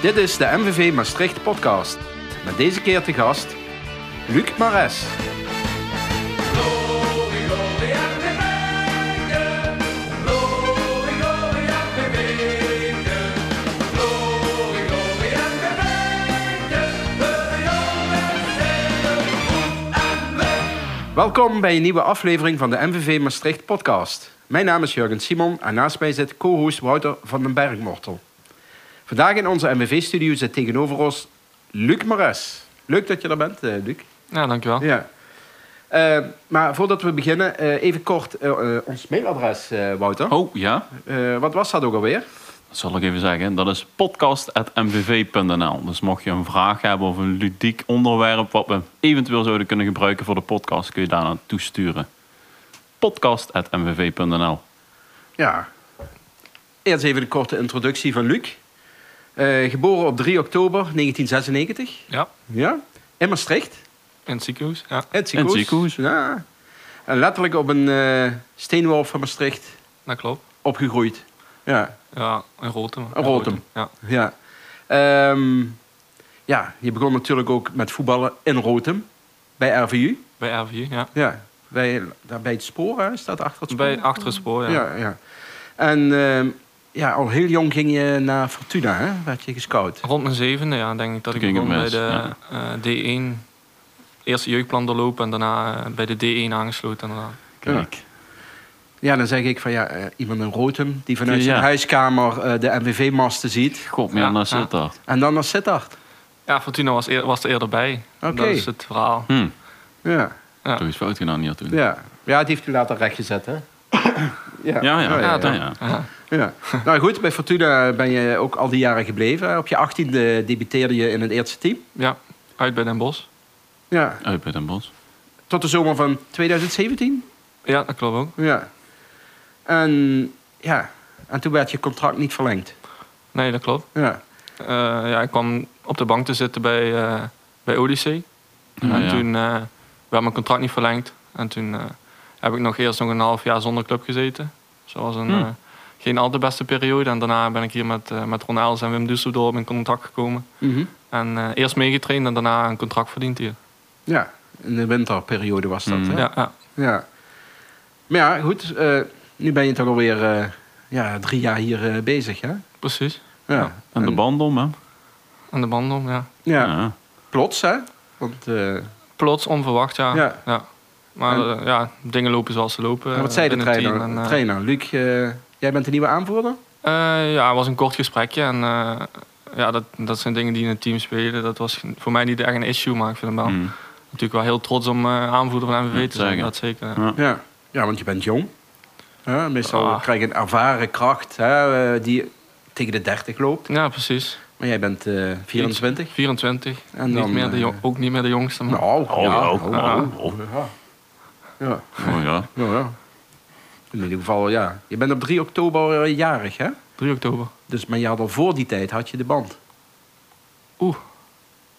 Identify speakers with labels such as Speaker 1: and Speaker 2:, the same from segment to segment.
Speaker 1: Dit is de MVV Maastricht podcast. Met deze keer te gast Luc Mares. Welkom bij een nieuwe aflevering van de MVV Maastricht podcast. Mijn naam is Jurgen Simon en naast mij zit co-host Wouter van den Bergmortel. Vandaag in onze MVV-studio zit tegenover ons Luc Mares. Leuk dat je er bent, eh, Luc.
Speaker 2: Ja, dankjewel.
Speaker 1: Ja. Eh, maar voordat we beginnen, eh, even kort eh, eh, ons mailadres, eh, Wouter.
Speaker 3: Oh ja,
Speaker 1: Eh, wat was dat ook alweer?
Speaker 3: dat zal ik even zeggen. Dat is podcast.mvv.nl. Dus mocht je een vraag hebben of een ludiek onderwerp wat we eventueel zouden kunnen gebruiken voor de podcast, kun je daar naartoe toesturen. Podcast.mvv.nl.
Speaker 1: Ja. Eerst even een korte introductie van Luc. Eh, geboren op 3 oktober 1996.
Speaker 2: Ja,
Speaker 1: Ja. In Maastricht.
Speaker 2: in het ziekenhuis.
Speaker 1: In
Speaker 2: Ja,
Speaker 1: het
Speaker 3: In het
Speaker 1: ziekenhuis.
Speaker 3: ziekenhuis.
Speaker 1: Ja. En letterlijk op een eh steenworp van Maastricht
Speaker 2: dat klopt.
Speaker 1: opgegroeid. Ja.
Speaker 2: Ja, in Rotem.
Speaker 1: In Rotem.
Speaker 2: Ja,
Speaker 1: Ja. Ehm, ja, je begon natuurlijk ook met voetballen in Rotem. Bij RVU.
Speaker 2: bij RVU, ja.
Speaker 1: Ja, bij, daar bij het spoor, hè? staat achter het spoor.
Speaker 2: Bij achter het spoor, ja.
Speaker 1: ja. ja. En ehm, ja, al heel jong ging je naar Fortuna, hè? werd je gescout.
Speaker 2: Rond mijn zevende, ja, denk ik dat ik
Speaker 3: Toen ging
Speaker 2: begon bij
Speaker 3: het
Speaker 2: de eh, D1. Eerste jeugdplan doorlopen en daarna eh, bij de D1 aangesloten. inderdaad.
Speaker 3: Kijk.
Speaker 1: Ja, dan zeg ik van ja, eh, iemand in Rotem die vanuit
Speaker 3: Ja.
Speaker 1: zijn huiskamer eh, de MWV-masten ziet.
Speaker 3: God, meer
Speaker 2: Ja,
Speaker 3: naar
Speaker 2: ja.
Speaker 3: Sittard.
Speaker 1: En dan naar Sittard.
Speaker 2: Ja, Fortuna was, eer- was er eerder bij.
Speaker 1: Oké.
Speaker 2: Dat is het verhaal.
Speaker 3: Hm,
Speaker 1: Ja,
Speaker 2: Ja.
Speaker 3: toch is fout gedaan hier toen.
Speaker 1: ja. ja, het heeft u later rechtgezet, hè? ja, Oh,
Speaker 3: ja, ja.
Speaker 1: ja,
Speaker 3: ja,
Speaker 1: ja.
Speaker 3: ja.
Speaker 2: Ja.
Speaker 1: Ja. Nou goed, bij Fortuna ben je ook al die jaren gebleven. hè? Op je 18e debuteerde je in het eerste team.
Speaker 2: ja, uit bij Den Bosch.
Speaker 1: Ja.
Speaker 3: Uit bij Den Bosch.
Speaker 1: Tot de zomer van 2017.
Speaker 2: Ja, dat klopt ook.
Speaker 1: Ja. En ja, en toen werd je contract niet verlengd.
Speaker 2: Nee, dat klopt.
Speaker 1: Ja.
Speaker 2: Eh, ja, ik kwam op de bank te zitten bij, eh, bij Odyssey.
Speaker 1: Ah,
Speaker 3: Ja,
Speaker 2: en
Speaker 3: ja.
Speaker 2: toen eh werd mijn contract niet verlengd. En toen eh, heb ik nog eerst nog een half jaar zonder club gezeten. Dus dat was een,
Speaker 3: Hmm.
Speaker 2: eh, geen al te beste periode. En daarna ben ik hier met, eh, met Ron Els en Wim Dusseldorp in contact gekomen.
Speaker 1: Mhm.
Speaker 2: En eh, eerst meegetraind en daarna een contract verdiend hier.
Speaker 1: Ja, in de winterperiode was dat.
Speaker 3: Mm.
Speaker 1: Hè?
Speaker 2: Ja,
Speaker 1: Ja.
Speaker 2: ja, ja.
Speaker 1: Maar ja, goed, eh, nu ben je toch alweer eh, ja, drie jaar hier eh, bezig, hè?
Speaker 2: precies.
Speaker 1: Ja.
Speaker 3: En de band om, hè?
Speaker 2: En de band om, ja.
Speaker 1: Ja,
Speaker 3: Ja.
Speaker 1: plots, hè? Want, eh,
Speaker 2: Plots, onverwacht, ja.
Speaker 1: Ja.
Speaker 2: Maar
Speaker 1: En-
Speaker 2: eh, ja, dingen lopen zoals ze lopen.
Speaker 1: en wat zei de
Speaker 2: binnen het
Speaker 1: trainer?
Speaker 2: team. En, eh,
Speaker 1: trainer Luc, eh, jij bent de nieuwe aanvoerder?
Speaker 2: Eh, ja, het was een kort gesprekje. En eh, ja, dat, dat zijn dingen die in het team spelen. Dat was voor mij niet echt een issue, maar ik vind hem wel
Speaker 3: Hm.
Speaker 2: natuurlijk wel heel trots om eh, aanvoerder van MVV
Speaker 3: Ja,
Speaker 2: te zijn.
Speaker 3: zeker.
Speaker 2: Dat zeker. ja.
Speaker 3: Ja.
Speaker 1: Ja. ja, want je bent jong. Ja, meestal
Speaker 2: Ah.
Speaker 1: krijg je een ervaren kracht hè, eh, die tegen de 30 loopt.
Speaker 2: Ja, precies.
Speaker 1: Maar jij bent eh 24.
Speaker 2: 24.
Speaker 1: En
Speaker 2: niet
Speaker 1: dan,
Speaker 2: meer de jong-
Speaker 1: eh,
Speaker 2: ook niet meer de jongste. Maar...
Speaker 1: Nou,
Speaker 3: Oh,
Speaker 1: ja.
Speaker 3: ja.
Speaker 2: ja.
Speaker 3: Oh, oh.
Speaker 1: Ja. Ja.
Speaker 3: Oh, ja.
Speaker 1: Nou ja. In ieder geval, ja. Je bent op 3 oktober eh, jarig, hè?
Speaker 2: 3 oktober.
Speaker 1: Dus, maar je had al voor die tijd had je de band.
Speaker 2: Oeh,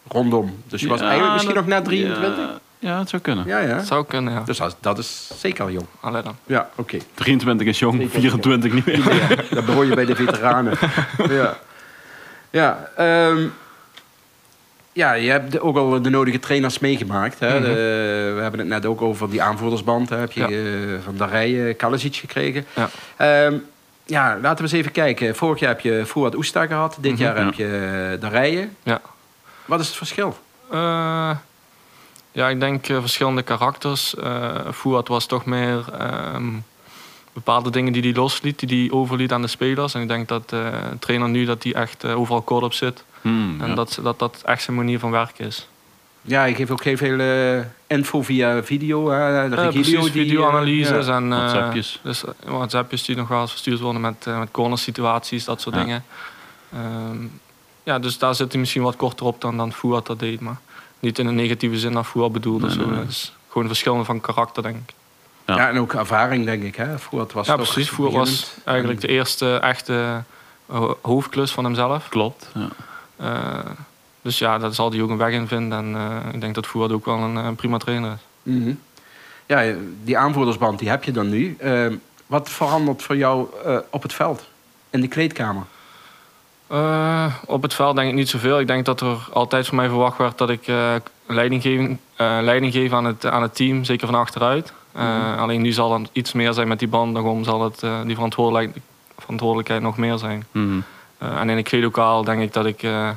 Speaker 1: Rondom. Dus je was
Speaker 3: Ja,
Speaker 1: eigenlijk misschien
Speaker 3: dat-
Speaker 1: nog na 23?
Speaker 3: Ja, ja, het zou kunnen.
Speaker 1: Ja, ja.
Speaker 2: dat zou kunnen, ja.
Speaker 1: Dus dat, dat is zeker al jong.
Speaker 2: Allee dan.
Speaker 1: Ja, oké.
Speaker 3: 23 is jong, 24 niet meer.
Speaker 1: Dan behoor je bij de veteranen. ja. Ja, ehm, ja, je hebt ook al de nodige trainers meegemaakt. Hè?
Speaker 2: Mhm.
Speaker 1: De- we hebben het net ook over die aanvoerdersband. Hè? Heb je
Speaker 2: Ja.
Speaker 1: eh, van Darij eh Kalasic gekregen.
Speaker 2: Ja.
Speaker 1: Ehm, ja, laten we eens even kijken. Vorig jaar heb je Fouad Oesta gehad. Dit
Speaker 2: Mhm.
Speaker 1: jaar
Speaker 3: Ja.
Speaker 1: heb je Darije.
Speaker 2: Ja.
Speaker 1: Wat is het verschil?
Speaker 2: Eh, ja, ik denk eh, verschillende karakters. Eh Fouad was toch meer ehm, bepaalde dingen die hij losliet, die hij overliet aan de spelers. En ik denk dat eh, de trainer nu dat hij echt eh, overal kort op zit.
Speaker 3: Hm,
Speaker 2: En
Speaker 3: ja.
Speaker 2: dat, dat dat echt zijn manier van werken is.
Speaker 1: Ja, je geeft ook heel veel eh, info via video. Hè? De
Speaker 2: Eh,
Speaker 1: Regilio
Speaker 2: precies,
Speaker 1: die, eh,
Speaker 2: videoanalyses en eh,
Speaker 3: WhatsAppjes.
Speaker 2: Dus eh, WhatsAppjes die nog wel eens verstuurd worden met, eh met cornersituaties, dat soort
Speaker 3: Ja.
Speaker 2: dingen. Ehm, ja, dus daar zit hij misschien wat korter op dan, dan Fouad dat deed. Maar niet in een negatieve zin naar Fouad bedoeld
Speaker 3: Nee,
Speaker 2: of zo.
Speaker 3: nee, nee.
Speaker 2: Het is gewoon verschillen van karakter, denk ik.
Speaker 1: ja.
Speaker 3: Ja.
Speaker 1: en ook ervaring, denk ik. Hè? Fouad was
Speaker 2: Ja,
Speaker 1: toch
Speaker 2: precies. Fouad was
Speaker 1: beginnend.
Speaker 2: eigenlijk de eerste echte eh, hoofdklus van hemzelf.
Speaker 3: Klopt. Ja.
Speaker 2: Eh, dus ja, daar zal hij ook een weg in vinden. En eh, ik denk dat Fouad ook wel een, eh, prima trainer is.
Speaker 1: Mhm. Ja, die aanvoerdersband die heb je dan nu. Ehm, wat verandert voor jou eh, op het veld? In de kleedkamer?
Speaker 2: Eh, op het veld denk ik niet zoveel. Ik denk dat er altijd van mij verwacht werd dat ik eh, leiding, geven- eh, leiding geef aan het, aan het team, zeker van achteruit. Eh, Alleen nu zal dat iets meer zijn met die band, daarom zal het, eh, die verantwoordelijk, verantwoordelijkheid nog meer zijn.
Speaker 3: Mhm.
Speaker 2: Eh, en in een kleedlokaal denk ik dat ik, eh,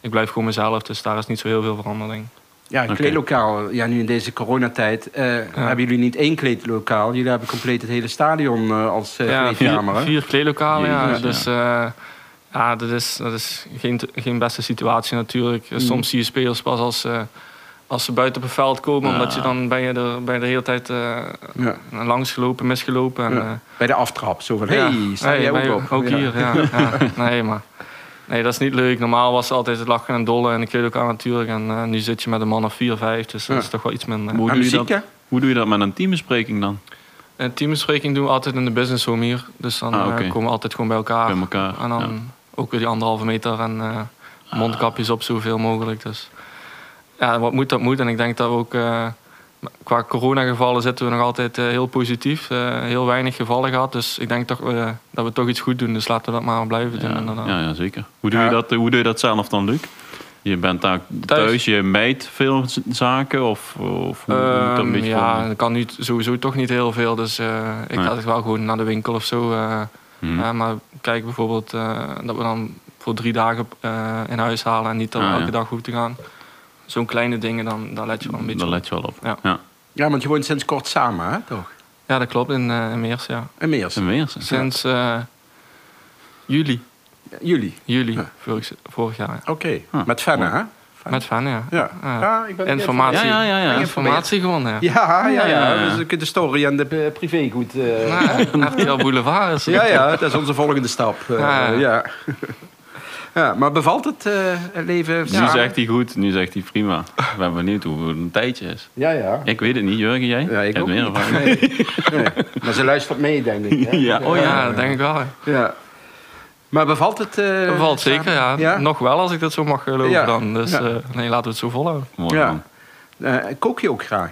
Speaker 2: ik blijf gewoon mezelf, dus daar is niet zo heel veel verandering.
Speaker 1: Ja,
Speaker 3: Oké.
Speaker 1: een kleedlokaal. Ja, nu in deze coronatijd eh, hebben jullie niet één kleedlokaal. Jullie hebben compleet het hele stadion eh, als eh
Speaker 2: ja,
Speaker 1: kleedkamer.
Speaker 2: vier,
Speaker 1: hè?
Speaker 2: vier kleedlokalen, ja.
Speaker 3: Jezus, ja.
Speaker 2: Dus eh, ja, dat is, dat is geen, geen beste situatie natuurlijk.
Speaker 1: Mm.
Speaker 2: Soms zie je spelers pas als, eh, als ze buiten op het veld komen,
Speaker 3: Ja.
Speaker 2: omdat je dan ben je er bij de hele tijd eh
Speaker 1: Ja.
Speaker 2: langsgelopen, misgelopen. En,
Speaker 1: Ja.
Speaker 2: eh,
Speaker 1: Bij de aftrap. Zo van, hé, hey,
Speaker 2: ja.
Speaker 1: sta
Speaker 2: Hey,
Speaker 1: jij
Speaker 2: ben je
Speaker 1: ook op?
Speaker 2: Ook
Speaker 1: Ja.
Speaker 2: hier, ja. ja. Nee, maar nee, dat is niet leuk. Normaal was het altijd het lachen en dollen en de kleedlokaal natuurlijk. En eh, nu zit je met een man of vier, vijf, dus
Speaker 1: Ja.
Speaker 2: dat is toch wel iets minder.
Speaker 3: Hoe
Speaker 1: Maar
Speaker 3: doe, je
Speaker 1: muziek,
Speaker 3: dat,
Speaker 1: hè?
Speaker 3: hoe doe je dat met een teambespreking dan?
Speaker 2: Een teambespreking doen we altijd in de business home hier. Dus dan
Speaker 3: Ah,
Speaker 2: eh,
Speaker 3: oké.
Speaker 2: komen we altijd gewoon bij elkaar.
Speaker 3: Bij elkaar,
Speaker 2: En dan
Speaker 3: ja. Ah.
Speaker 2: ook weer die anderhalve meter en eh, mondkapjes op zoveel mogelijk. Dus ja, wat moet, dat moet. En ik denk dat we ook eh, qua coronagevallen zitten we nog altijd eh, heel positief. Eh, heel weinig gevallen gehad. Dus ik denk toch eh, dat we toch iets goed doen. Dus laten we dat maar blijven doen.
Speaker 3: Ja,
Speaker 2: inderdaad.
Speaker 3: ja, ja, zeker. Hoe doe,
Speaker 1: Ja.
Speaker 3: je dat, hoe doe je dat zelf dan, Luc? Je bent daar thuis, je mijt veel z- zaken of, of hoe hoe moet dat een
Speaker 2: Ehm,
Speaker 3: beetje
Speaker 2: ja,
Speaker 3: voor-
Speaker 2: dat kan nu t- sowieso toch niet heel veel. Dus eh, ik
Speaker 3: Nee.
Speaker 2: ga het wel gewoon naar de winkel of zo. eh,
Speaker 3: Hmm.
Speaker 2: Ja, maar kijk bijvoorbeeld eh, dat we dan voor drie dagen eh, in huis halen en niet dat we
Speaker 3: Ah, ja.
Speaker 2: elke dag hoeven te gaan. Zo'n kleine dingen, dan, daar let je wel een beetje
Speaker 3: Daar
Speaker 2: op.
Speaker 3: let je wel op.
Speaker 2: Ja.
Speaker 3: Ja.
Speaker 1: Ja, want je woont sinds kort samen, hè? Toch?
Speaker 2: Ja, dat klopt, in, eh, in Meers, ja.
Speaker 1: En meer.
Speaker 3: En weer.
Speaker 2: Sinds eh, juli,
Speaker 1: Jullie.
Speaker 2: juli
Speaker 1: Ja.
Speaker 2: vorig, vorig jaar. ja.
Speaker 1: Oké.
Speaker 3: Ah,
Speaker 1: Met Fenne, hè?
Speaker 2: Met Van, ja.
Speaker 1: Ja. Ja, ik ben
Speaker 2: Informatie.
Speaker 3: Ja, ja, ja, ja.
Speaker 2: Informatie gewonnen, ja.
Speaker 1: Ja, ja,
Speaker 3: Ja, ja.
Speaker 1: ja. Dus ik de story en de eh, privé goed. eh,
Speaker 2: Nou, RTL Boulevard is
Speaker 1: Ja, ja, dat is onze volgende stap. eh,
Speaker 2: Ja.
Speaker 1: ja. ja, maar bevalt het eh, het leven?
Speaker 3: Nu
Speaker 1: samen?
Speaker 3: zegt hij goed, nu zegt hij prima. Ik ben benieuwd hoe het een tijdje is.
Speaker 1: Ja, ja.
Speaker 3: Ik weet het niet, Jurgen, jij?
Speaker 1: Ja, ik
Speaker 3: Jij
Speaker 1: ook
Speaker 3: hebt meer
Speaker 1: niet.
Speaker 3: ervaring.
Speaker 1: Nee. Nee. Maar ze luistert mee, denk ik. Hè?
Speaker 3: Ja, oh
Speaker 2: Oh ja,
Speaker 3: ja.
Speaker 2: dat denk ik wel. hè.
Speaker 1: Ja. Maar bevalt het? eh,
Speaker 2: Dat valt
Speaker 1: samen?
Speaker 2: zeker, ja.
Speaker 1: Ja?
Speaker 2: Nog wel, als ik dat zo mag geloven
Speaker 1: Ja.
Speaker 2: dan. Dus
Speaker 1: Ja.
Speaker 2: eh, nee, laten we het zo volhouden.
Speaker 3: Mooi
Speaker 1: Ja.
Speaker 3: man.
Speaker 1: Eh, kook je ook graag?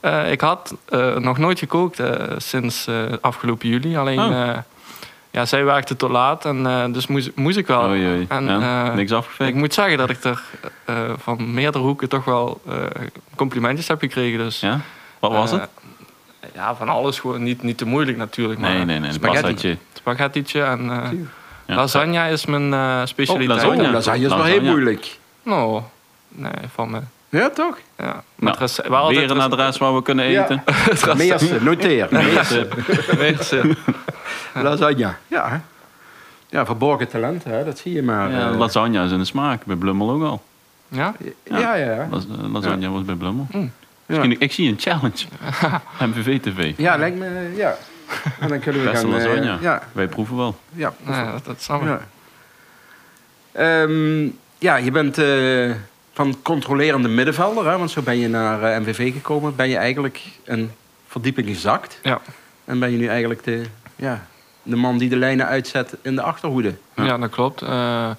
Speaker 2: Eh, ik had eh, nog nooit gekookt eh, sinds eh, afgelopen juli. Alleen,
Speaker 3: Oh.
Speaker 2: eh, ja, zij werkte tot laat, en, eh, dus moest, moest ik wel.
Speaker 3: Oei, oei.
Speaker 2: En,
Speaker 3: Ja,
Speaker 2: eh,
Speaker 3: Niks
Speaker 2: Ik
Speaker 3: afgefikt.
Speaker 2: moet zeggen dat ik er eh, van meerdere hoeken toch wel eh, complimentjes heb gekregen. Dus,
Speaker 3: Ja? Wat was
Speaker 2: eh,
Speaker 3: het?
Speaker 2: ja, van alles gewoon. Niet, niet te moeilijk natuurlijk, maar
Speaker 3: Nee, nee, nee. Een
Speaker 1: spaghetti.
Speaker 3: pastatje.
Speaker 2: spaghettietje en eh
Speaker 3: Ja.
Speaker 2: lasagne is mijn eh, specialiteit.
Speaker 3: Oh, lasagne.
Speaker 1: Oh, lasagne is wel heel
Speaker 3: Lasagne.
Speaker 1: moeilijk.
Speaker 2: Nou, nee, van me.
Speaker 1: Ja, toch?
Speaker 2: Ja.
Speaker 3: Nou,
Speaker 2: Met rece- wel altijd
Speaker 3: Weer een
Speaker 2: rece-
Speaker 3: adres waar we kunnen
Speaker 1: Ja.
Speaker 3: eten.
Speaker 1: Meersen, noteer. Meersen.
Speaker 2: Meersen.
Speaker 3: Ah.
Speaker 1: Lasagne. Ja, hè? ja, verborgen talent, hè? dat zie je maar.
Speaker 3: Ja,
Speaker 1: eh.
Speaker 3: lasagne is in de smaak, bij Blummel ook al.
Speaker 2: Ja?
Speaker 1: ja, ja. ja.
Speaker 3: Las- eh, Lasagne was bij Blummel. Misschien,
Speaker 1: Ja.
Speaker 3: ik zie een challenge. MVV TV.
Speaker 1: Ja, lijkt me, ja. En dan kunnen we
Speaker 3: Beste
Speaker 1: gaan... eh,
Speaker 3: lasagne.
Speaker 1: ja,
Speaker 3: Wij proeven wel.
Speaker 1: ja.
Speaker 2: Ja, dat, dat snap ik.
Speaker 1: Ja. Ehm, ja, je bent eh, van controlerende middenvelder, hè, want zo ben je naar eh, MVV gekomen. Ben je eigenlijk een verdieping gezakt.
Speaker 2: Ja.
Speaker 1: En ben je nu eigenlijk de, ja, de man die de lijnen uitzet in de achterhoede.
Speaker 2: Ja, dat klopt. Eh,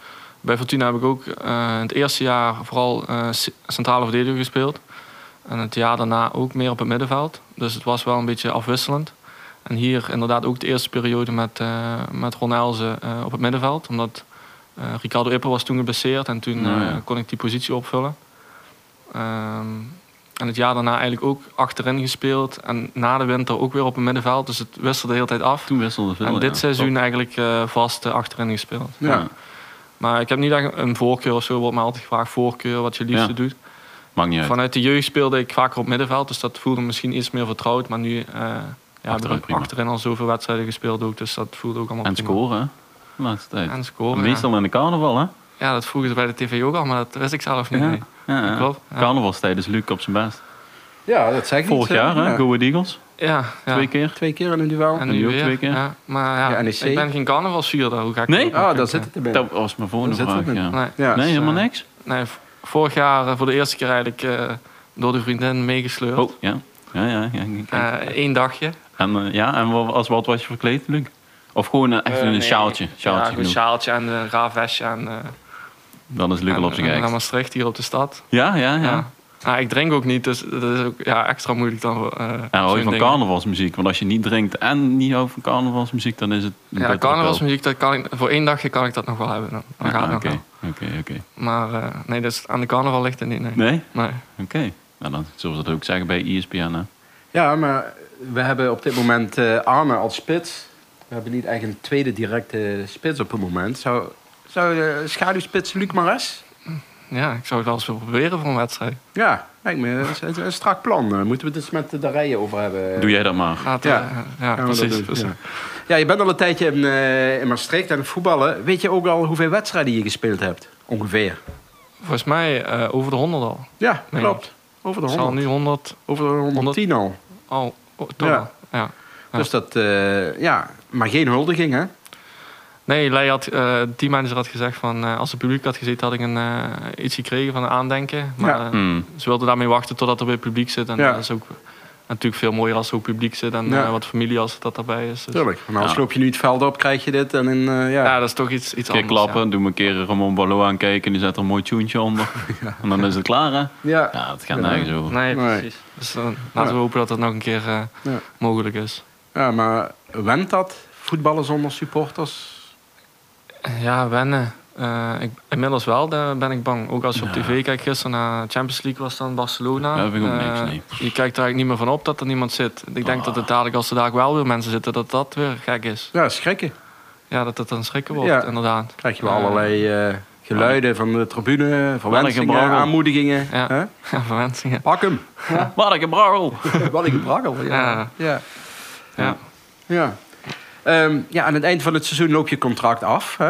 Speaker 2: bij Fortuna heb ik ook eh, in het eerste jaar vooral eh, c- centrale verdediger gespeeld. En het jaar daarna ook meer op het middenveld. Dus het was wel een beetje afwisselend. En hier inderdaad ook de eerste periode met, eh met Ron Elze eh, op het middenveld. Omdat eh, Ricardo Ippel was toen geblesseerd en toen
Speaker 3: Nou
Speaker 2: eh,
Speaker 3: ja.
Speaker 2: kon ik die positie opvullen. Ehm, en het jaar daarna eigenlijk ook achterin gespeeld. En na de winter ook weer op het middenveld. Dus het wisselde de hele tijd af.
Speaker 3: Toen wisselde veel.
Speaker 2: En dit
Speaker 3: ja.
Speaker 2: seizoen eigenlijk eh, vast eh, achterin gespeeld.
Speaker 3: Ja.
Speaker 2: Maar ik heb niet echt een voorkeur of zo. Wordt me altijd gevraagd voorkeur, wat je liefste
Speaker 3: Ja.
Speaker 2: doet.
Speaker 3: Maakt niet uit.
Speaker 2: Vanuit de jeugd speelde ik vaker op middenveld. Dus dat voelde misschien iets meer vertrouwd. Maar nu eh ja, heb
Speaker 3: Achterin
Speaker 2: ik
Speaker 3: prima.
Speaker 2: achterin al zoveel wedstrijden gespeeld ook. Dus dat voelde ook allemaal
Speaker 3: En
Speaker 2: prima.
Speaker 3: scoren, hè? De laatste tijd.
Speaker 2: En scoren, ja.
Speaker 3: Meestal in de carnaval, hè?
Speaker 2: Ja, dat vroegen ze bij de tv ook al. Maar dat wist ik zelf niet.
Speaker 3: Ja.
Speaker 2: nee.
Speaker 3: Ja, ja.
Speaker 2: Klopt, ja.
Speaker 3: Carnavalstijd is Luc op zijn best.
Speaker 1: Ja, dat zeg ik
Speaker 3: Vorig
Speaker 1: niet, eh,
Speaker 3: jaar, hè?
Speaker 1: ja.
Speaker 3: Go Ahead Eagles.
Speaker 2: Ja, ja.
Speaker 3: Twee keer.
Speaker 1: Twee keer in een duel.
Speaker 2: En
Speaker 3: En
Speaker 2: nu
Speaker 3: die ook
Speaker 2: weer.
Speaker 3: twee keer.
Speaker 2: Ja, maar ja,
Speaker 1: Ja, NEC.
Speaker 2: ik ben geen carnavalsvierder. Hoe ga ik
Speaker 3: Nee?
Speaker 1: Ah, daar zit het erbij.
Speaker 3: Dat was mijn volgende
Speaker 1: Dan zitten
Speaker 3: vraag,
Speaker 1: we
Speaker 3: ja.
Speaker 1: met-
Speaker 2: Nee.
Speaker 1: Ja.
Speaker 3: Nee,
Speaker 2: Dus,
Speaker 3: helemaal
Speaker 2: eh,
Speaker 3: niks?
Speaker 2: nee, v- vorig jaar eh, voor de eerste keer eigenlijk eh, door de vriendin meegesleurd.
Speaker 3: Oh, ja. Ja, ja, ja. ja, kijk.
Speaker 2: Eén Eh, dagje.
Speaker 3: En, eh, ja, en wa- als wat was je verkleed, Luc? Of gewoon eh, echt
Speaker 2: Eh,
Speaker 3: een
Speaker 2: nee.
Speaker 3: sjaaltje?
Speaker 2: ja,
Speaker 3: sjaaltje
Speaker 2: gewoon een
Speaker 3: genoeg.
Speaker 2: sjaaltje en een raar vestje. En, eh,
Speaker 3: Dan is Luc al
Speaker 2: En-
Speaker 3: op zijn
Speaker 2: en
Speaker 3: gek.
Speaker 2: Naar Maastricht, hier op de stad.
Speaker 3: Ja, ja, ja.
Speaker 2: Ja. Ah, ik drink ook niet, dus dat is ook ja, extra moeilijk dan. voor, eh,
Speaker 3: En hou
Speaker 2: zo'n
Speaker 3: je van
Speaker 2: ding.
Speaker 3: carnavalsmuziek? Want als je niet drinkt en niet houdt van carnavalsmuziek, dan is het... een
Speaker 2: Ja,
Speaker 3: bittere pil.
Speaker 2: carnavalsmuziek, dat kan ik, voor één dagje kan ik dat nog wel hebben. Dan, dan gaat het
Speaker 3: Ah,
Speaker 2: nog
Speaker 3: Oké,
Speaker 2: wel.
Speaker 3: oké, oké.
Speaker 2: Maar eh, nee, dus aan de carnaval ligt het niet, nee.
Speaker 3: Nee?
Speaker 2: Nee.
Speaker 3: Oké. Nou, dan zullen we dat ook zeggen bij E ESPN, hè?
Speaker 2: Eh,
Speaker 1: Ja, maar we hebben op dit moment eh, Arne als spits. We hebben niet echt een tweede directe spits op het moment. Zou, zou eh, schaduwspits Luc Mares?
Speaker 2: Ja, ik zou het wel eens willen proberen voor een wedstrijd.
Speaker 1: Ja, lijkt me dat is- dat is een strak plan. Eh, moeten we het eens met de Darije over hebben?
Speaker 3: Doe jij dat maar.
Speaker 2: Laten
Speaker 1: Ja.
Speaker 2: we- ja,
Speaker 1: Gaan we dat
Speaker 2: precies.
Speaker 1: doen,
Speaker 2: precies.
Speaker 1: ja. Ja, je bent al een tijdje in, eh, in Maastricht aan het voetballen. Weet je ook al hoeveel wedstrijden je gespeeld hebt? Ongeveer.
Speaker 2: Volgens mij eh, over de 100 al.
Speaker 1: Ja,
Speaker 2: Nee.
Speaker 1: klopt. Over de
Speaker 2: Het zal
Speaker 1: 100.
Speaker 2: nu 100
Speaker 1: Over de 110 al.
Speaker 2: al. Oh, toch
Speaker 1: Ja.
Speaker 2: al. ja. Ja.
Speaker 1: Dus dat, eh, ja, maar geen huldiging, hè?
Speaker 2: Nee, Lei had, eh, de teammanager had gezegd van eh, als het publiek had gezeten had ik een, eh, iets gekregen van een aandenken. Maar
Speaker 1: Ja.
Speaker 2: eh,
Speaker 3: Hmm.
Speaker 2: ze wilden daarmee wachten totdat er weer publiek zit. En eh,
Speaker 1: Ja.
Speaker 2: dat is ook natuurlijk veel mooier als er ook publiek zit en
Speaker 1: Ja.
Speaker 2: eh, wat familie als dat daarbij is. Dus,
Speaker 1: Tuurlijk. Maar als
Speaker 3: Ja.
Speaker 1: loop je nu het veld op, krijg je dit. En in, eh, ja.
Speaker 2: ja, dat is toch iets, iets
Speaker 3: Een keer
Speaker 2: anders.
Speaker 3: klappen,
Speaker 2: ja.
Speaker 3: doe me een keer Ramon Ballo aankijken, die zet er een mooi tjoentje onder. En dan is het klaar, hè?
Speaker 1: ja.
Speaker 3: Ja, het gaat
Speaker 1: Ja.
Speaker 3: nergens over.
Speaker 2: Nee,
Speaker 1: Nee.
Speaker 2: precies. Dus eh, laten
Speaker 1: Ja.
Speaker 2: we hopen dat dat nog een keer eh,
Speaker 1: Ja.
Speaker 2: mogelijk is.
Speaker 1: Ja, maar went dat? Voetballen zonder supporters?
Speaker 2: Ja, wennen. Eh, ik, inmiddels wel, daar ben ik bang. Ook als je op
Speaker 3: Ja.
Speaker 2: tv kijkt, gisteren naar Champions League was dan Barcelona.
Speaker 3: Ja, dat vind ik ook
Speaker 2: Eh,
Speaker 3: niks, nee. Ah.
Speaker 2: Je kijkt er eigenlijk niet meer van op dat er niemand zit. Ik denk dat het dadelijk, als er daar wel weer mensen zitten, dat dat weer gek is.
Speaker 1: Ja, schrikken.
Speaker 2: Ja, dat het dan schrikken wordt,
Speaker 1: Ja.
Speaker 2: inderdaad.
Speaker 1: Krijg je wel
Speaker 2: Eh,
Speaker 1: allerlei eh, geluiden van de tribune, verwensingen,
Speaker 3: gebrabbel.
Speaker 1: aanmoedigingen.
Speaker 2: Ja.
Speaker 1: Hè?
Speaker 2: Ja, verwensingen.
Speaker 1: Pak hem.
Speaker 3: Wat een gebrabbel!
Speaker 1: Wat een gebraggel.
Speaker 2: Ja.
Speaker 1: Ja.
Speaker 2: Ja.
Speaker 1: Ja. Ehm, ja, aan het eind van het seizoen loop je contract af. Hè?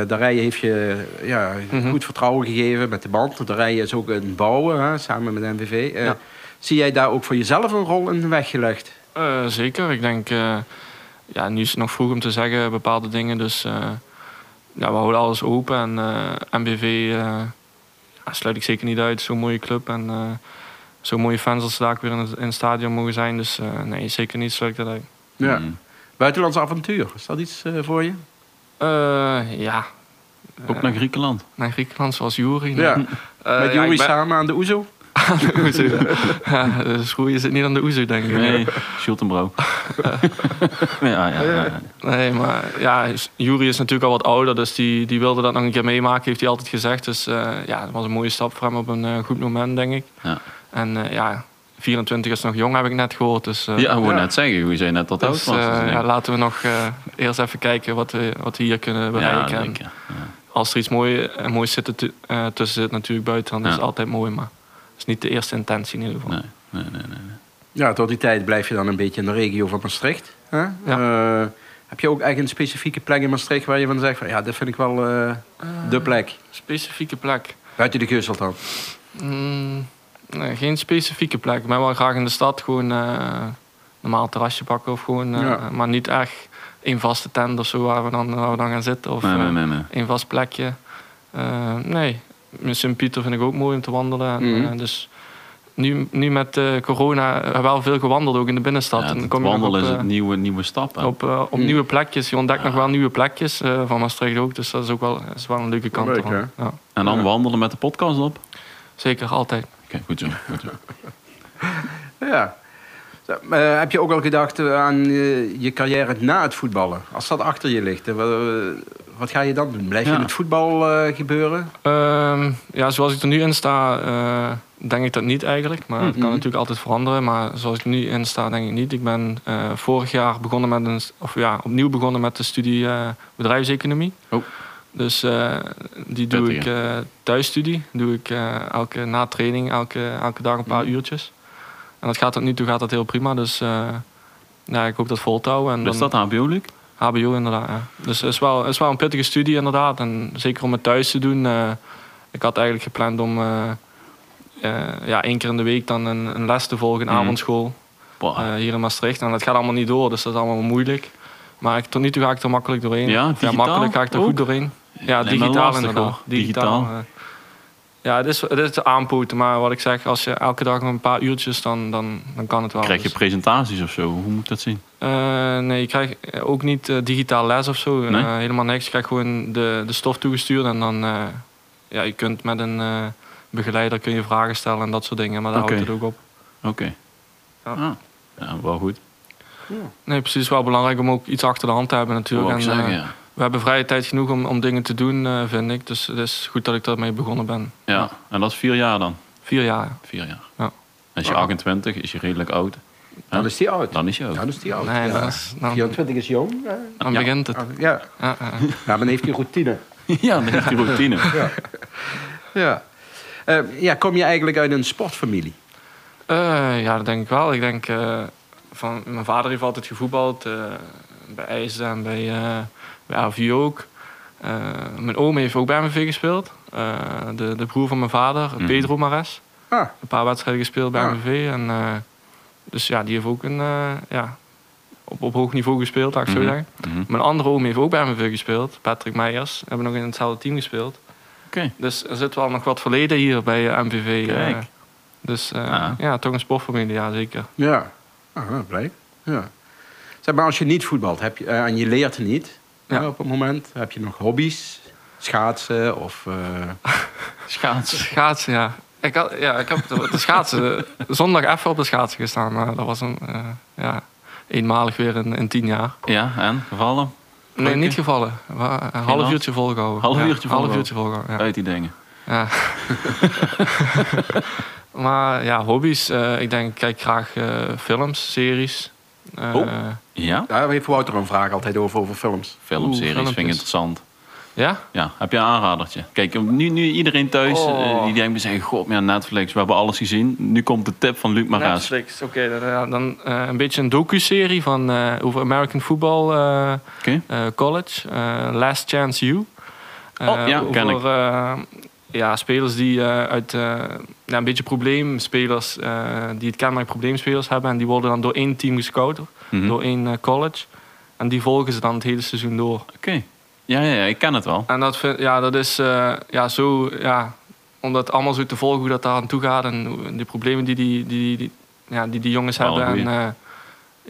Speaker 1: Eh, Darije heeft je ja,
Speaker 2: Mhm.
Speaker 1: goed vertrouwen gegeven met de band. Darije is ook een bouwen, hè, samen met NVV. Eh,
Speaker 2: Ja.
Speaker 1: Zie jij daar ook voor jezelf een rol in weggelegd?
Speaker 2: Eh, zeker. Ik denk, eh, ja, nu is het nog vroeg om te zeggen bepaalde dingen. Dus eh, ja, we houden alles open. En eh, MBV eh, ja, sluit ik zeker niet uit. Zo'n mooie club en eh, zo'n mooie fans als ze daar ook weer in het, in het stadion mogen zijn. Dus eh, nee, zeker niet sluit ik dat uit.
Speaker 1: Ja.
Speaker 3: Hmm.
Speaker 1: Buitenlands avontuur, is dat iets eh, voor je?
Speaker 2: Eh, ja,
Speaker 3: Ook naar Griekenland.
Speaker 2: naar Griekenland zoals Jury.
Speaker 1: Ja.
Speaker 2: Eh,
Speaker 1: met
Speaker 2: ja,
Speaker 1: Juri
Speaker 2: ik ben-
Speaker 1: samen aan de Oezo?
Speaker 2: aan de Oezo. ja, de schroeien zit niet aan de oezo, denk ik.
Speaker 3: Nee, Schulte en Brouw. ja, ja, ja, ja.
Speaker 2: Nee, maar ja, Jury is natuurlijk al wat ouder, dus die, die wilde dat nog een keer meemaken, heeft hij altijd gezegd. Dus eh, ja, het was een mooie stap voor hem op een eh, goed moment, denk ik.
Speaker 3: Ja.
Speaker 2: En eh, ja, 24 is nog jong, heb ik net gehoord. Dus, eh,
Speaker 3: Ja, ik wou
Speaker 1: Ja.
Speaker 3: net zeggen, hoe zei net dat oud
Speaker 2: dus,
Speaker 3: was.
Speaker 2: eh,
Speaker 3: dus ik denk-
Speaker 2: ja, laten we nog eh, eerst even kijken wat we, wat we hier kunnen bereiken.
Speaker 3: ja,
Speaker 2: En
Speaker 3: zeker.
Speaker 2: als er iets mooi, eh, moois zit, er tu- eh, tussen zit natuurlijk buiten, dan is
Speaker 3: Ja.
Speaker 2: het altijd mooi, maar het is niet de eerste intentie in ieder geval.
Speaker 3: Nee, nee, nee, nee. nee.
Speaker 1: Ja, tot die tijd blijf je dan een beetje in de regio van Maastricht. Hè? Eh, heb je ook echt een specifieke plek in Maastricht waar je van zegt... Van, ja, dat vind ik wel eh, de plek.
Speaker 2: Specifieke plek.
Speaker 1: Buiten de geuzelt dan.
Speaker 2: Mm, nee, geen specifieke plek. Ik ben wel graag in de stad. Gewoon eh, normaal terrasje pakken of gewoon... eh,
Speaker 1: Ja.
Speaker 2: Maar niet echt één vaste tent of zo waar we dan, waar we dan gaan zitten. Of
Speaker 3: Nee,
Speaker 2: eh,
Speaker 3: nee, nee, nee.
Speaker 2: één vast plekje. Eh, nee. Met Sint-Pieter vind ik ook mooi om te wandelen. En,
Speaker 1: Mhm.
Speaker 2: eh, dus nu, nu met eh, corona hebben we wel veel gewandeld, ook in de binnenstad.
Speaker 3: Ja,
Speaker 2: En dan
Speaker 3: het
Speaker 2: kom je nog
Speaker 3: wandelen
Speaker 2: op,
Speaker 3: is
Speaker 2: eh,
Speaker 3: het nieuwe, nieuwe stap. hè.
Speaker 2: op, eh, op
Speaker 1: Mm.
Speaker 2: nieuwe plekjes. Je ontdekt
Speaker 3: Ja.
Speaker 2: nog wel nieuwe plekjes eh, van Maastricht ook. Dus dat is ook wel, is wel een leuke kant
Speaker 1: Leuk,
Speaker 2: ervan.
Speaker 1: hè?
Speaker 2: Ja,
Speaker 3: En dan
Speaker 1: Ja.
Speaker 3: wandelen met de podcast op. Oké,
Speaker 2: zeker, altijd.
Speaker 3: goed zo. Goed zo.
Speaker 1: Ja. Zo, eh, heb je ook al gedacht eh, aan eh, je carrière na het voetballen? Als dat achter je ligt, eh, wa- wat, ga je dan doen? Blijf je
Speaker 3: Ja.
Speaker 1: in het voetbal eh, gebeuren?
Speaker 2: Ehm, ja, zoals ik er nu in sta, eh, denk ik dat niet eigenlijk. Maar het
Speaker 1: Mhm.
Speaker 2: kan natuurlijk altijd veranderen. Maar zoals ik er nu in sta, denk ik niet. Ik ben eh, vorig jaar begonnen met een, s- of ja, opnieuw begonnen met de studie eh, bedrijfseconomie.
Speaker 1: Oh.
Speaker 2: Dus eh, die doe
Speaker 3: Pittig,
Speaker 2: ik eh thuisstudie. Doe ik eh, elke na training, elke, elke dag een paar uurtjes. En dat gaat tot nu toe gaat dat heel prima. Dus eh, ja, ik hoop dat vol te houden. En
Speaker 3: Dus
Speaker 2: dan- Eh,
Speaker 3: dat hbo -luc?
Speaker 2: HBO inderdaad, ja. Dus het is wel, het is wel een pittige studie inderdaad. En zeker om het thuis te doen. eh, ik had eigenlijk gepland om eh, eh, ja, één keer in de week dan een, een les te volgen, een
Speaker 3: Mhm.
Speaker 2: avondschool.
Speaker 3: Bah.
Speaker 2: eh, hier in Maastricht. En dat gaat allemaal niet door, dus dat is allemaal moeilijk. Maar ik, tot nu toe ga ik er makkelijk doorheen.
Speaker 3: Ja, digitaal
Speaker 2: makkelijk ga ik er
Speaker 3: ook?
Speaker 2: goed doorheen. Ja,
Speaker 3: Lijkt me
Speaker 2: digitaal
Speaker 3: lastig,
Speaker 2: inderdaad.
Speaker 3: hoor. Digitaal.
Speaker 2: eh. ja, het is, het is aanpoten. Maar wat ik zeg, als je elke dag een paar uurtjes, dan, dan, dan kan het wel.
Speaker 3: Krijg je
Speaker 2: Dus-
Speaker 3: presentaties of zo? Hoe moet ik dat zien?
Speaker 2: eh, nee, je krijgt ook niet eh, digitaal les of zo.
Speaker 3: Nee?
Speaker 2: Eh, helemaal niks. Je krijgt gewoon de, de stof toegestuurd en dan... eh, ja, je kunt met een eh, begeleider kun je vragen stellen en dat soort dingen. Maar daar
Speaker 3: Oké.
Speaker 2: houdt het ook op.
Speaker 3: Oké.
Speaker 1: Ja.
Speaker 3: Ah. Ja, wel goed.
Speaker 2: Nee, precies. Het is wel belangrijk om ook iets achter de hand te hebben natuurlijk.
Speaker 3: Wil ik
Speaker 2: En,
Speaker 3: zeggen,
Speaker 2: eh,
Speaker 3: ja.
Speaker 2: We hebben vrije tijd genoeg om, om dingen te doen, eh, vind ik. Dus het is goed dat ik daarmee begonnen ben.
Speaker 3: ja. En dat is vier jaar dan?
Speaker 2: Vier jaar.
Speaker 3: Vier jaar.
Speaker 2: Ja.
Speaker 3: Als je
Speaker 1: Ja.
Speaker 3: 28 is je redelijk oud.
Speaker 1: Dan is die oud.
Speaker 3: Dan is je oud.
Speaker 1: Dan is die oud.
Speaker 2: Nee,
Speaker 1: ja.
Speaker 2: dat is- nou-
Speaker 1: 24 is jong. hè?
Speaker 2: Dan
Speaker 3: Ja.
Speaker 2: begint het.
Speaker 1: Ah, Ja,
Speaker 2: Ja, ja.
Speaker 1: nou, dan heeft hij routine.
Speaker 3: ja, dan heeft die routine.
Speaker 1: Ja. Eh, ja, kom je eigenlijk uit een sportfamilie?
Speaker 2: Eh, ja, dat denk ik wel. Ik denk eh, van mijn vader heeft altijd gevoetbald. eh, bij IJsden en bij, eh bij AVU ook. Eh, mijn oom heeft ook bij MV gespeeld. Eh, de, de broer van mijn vader,
Speaker 3: Mhm.
Speaker 2: Pedro Mares.
Speaker 1: Ah,
Speaker 2: Een paar wedstrijden gespeeld bij
Speaker 1: Ah.
Speaker 2: MV. En, eh, dus ja, die heeft ook een, eh, ja, op, op hoog niveau gespeeld, laat ik zo
Speaker 3: Mhm.
Speaker 2: zeggen.
Speaker 3: Mhm. Oké.
Speaker 2: Mijn andere oom heeft ook bij MV gespeeld. Patrick Meijers. Hebben nog in hetzelfde team gespeeld. Dus er zit wel nog wat verleden hier bij eh, MVV. eh.
Speaker 3: Kijk. Ah.
Speaker 2: dus eh,
Speaker 3: Ja.
Speaker 2: ja, toch een sportfamilie, ja zeker.
Speaker 1: ja. Ah, dat blijkt. Ja. Zeg maar, als je niet voetbalt heb je, eh, en je leert niet
Speaker 2: Ja.
Speaker 1: hè, op het moment, heb je nog hobby's? Schaatsen of... eh,
Speaker 3: Schaatsen.
Speaker 2: Schaatsen, ja. Ik, had, ja, ik heb de, de schaatsen, eh, zondag even op de schaatsen gestaan. Maar dat was een, eh, ja, eenmalig weer in, in tien jaar.
Speaker 3: Ja, en? Gevallen?
Speaker 2: Nee,
Speaker 3: Leuke.
Speaker 2: niet gevallen. Wa- Een
Speaker 3: last?
Speaker 2: half uurtje volgehouden.
Speaker 3: Half
Speaker 2: Ja,
Speaker 3: uurtje
Speaker 2: half
Speaker 3: volgehouden.
Speaker 2: uurtje volgehouden, ja.
Speaker 3: Uit die dingen.
Speaker 2: Ja. maar ja, hobby's. eh, ik denk, ik kijk graag eh, films, series. Eh,
Speaker 3: Oh. Ja?
Speaker 1: Daar heeft Wouter een vraag altijd over, over films.
Speaker 2: Oeh,
Speaker 3: Filmseries vind ik
Speaker 2: filmpjes.
Speaker 3: interessant.
Speaker 2: Ja?
Speaker 3: Ja, heb je een aanradertje? Kijk, om- nu, nu iedereen thuis
Speaker 2: Oh.
Speaker 3: eh, die denkt misschien... God, maar ja, Netflix, we hebben alles gezien. Nu komt de tip van Luc Maraas.
Speaker 2: Netflix, oké. dan, ja, dan eh, een beetje een docu-serie van, eh, over American Football eh,
Speaker 3: Oké.
Speaker 2: eh, College. eh, Last Chance U. Eh,
Speaker 3: Oh, ja, ken ik.
Speaker 2: over, eh, ja, spelers die eh, uit eh, ja, een beetje probleemspelers... eh, die het kenmerk probleemspelers hebben... en die worden dan door één team gescout.
Speaker 3: Mhm.
Speaker 2: Door één eh, college. En die volgen ze dan het hele seizoen door.
Speaker 3: Oké. Ja, ja, ja, ik ken het wel.
Speaker 2: En dat, vind, ja, dat is eh, ja, zo, ja, om dat allemaal zo te volgen hoe dat daar aan toe gaat en hoe- de problemen die die, die, die, ja, die, die jongens
Speaker 3: Wel een
Speaker 2: hebben. En,
Speaker 3: goeie.
Speaker 2: eh,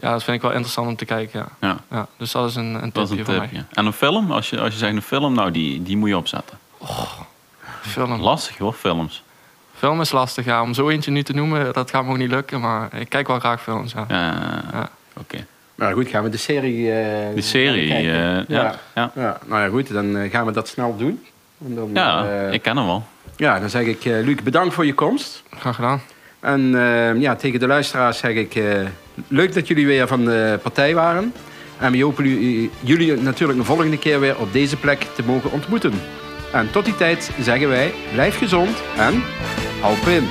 Speaker 2: ja, dat vind ik wel interessant om te kijken. Ja.
Speaker 3: Ja,
Speaker 2: Ja, dus dat is een, een
Speaker 3: dat
Speaker 2: tipje
Speaker 3: is een
Speaker 2: voor mij.
Speaker 3: tipje. En een film? Als je, als je zegt een film, nou, die, die moet je opzetten.
Speaker 2: Film.
Speaker 3: Lastig hoor, films.
Speaker 2: Film is lastig, ja. Om zo eentje nu te noemen, dat gaat me ook niet lukken. Maar ik kijk wel graag films, ja.
Speaker 3: Ja,
Speaker 2: Ja.
Speaker 3: Oké.
Speaker 1: Nou goed, gaan we de serie... eh,
Speaker 3: De serie,
Speaker 1: kijken.
Speaker 3: eh, ja. Ja,
Speaker 1: Ja, nou ja, goed, dan eh, gaan we dat snel doen. En dan,
Speaker 3: ja
Speaker 1: eh,
Speaker 3: ik ken hem wel.
Speaker 1: ja, dan zeg ik, eh, Luc, bedankt voor je komst.
Speaker 2: Graag gedaan.
Speaker 1: En eh, ja, tegen de luisteraars zeg ik, eh, leuk dat jullie weer van de partij waren. En we hopen u- jullie natuurlijk de volgende keer weer op deze plek te mogen ontmoeten. En tot die tijd zeggen wij, blijf gezond en hou pin.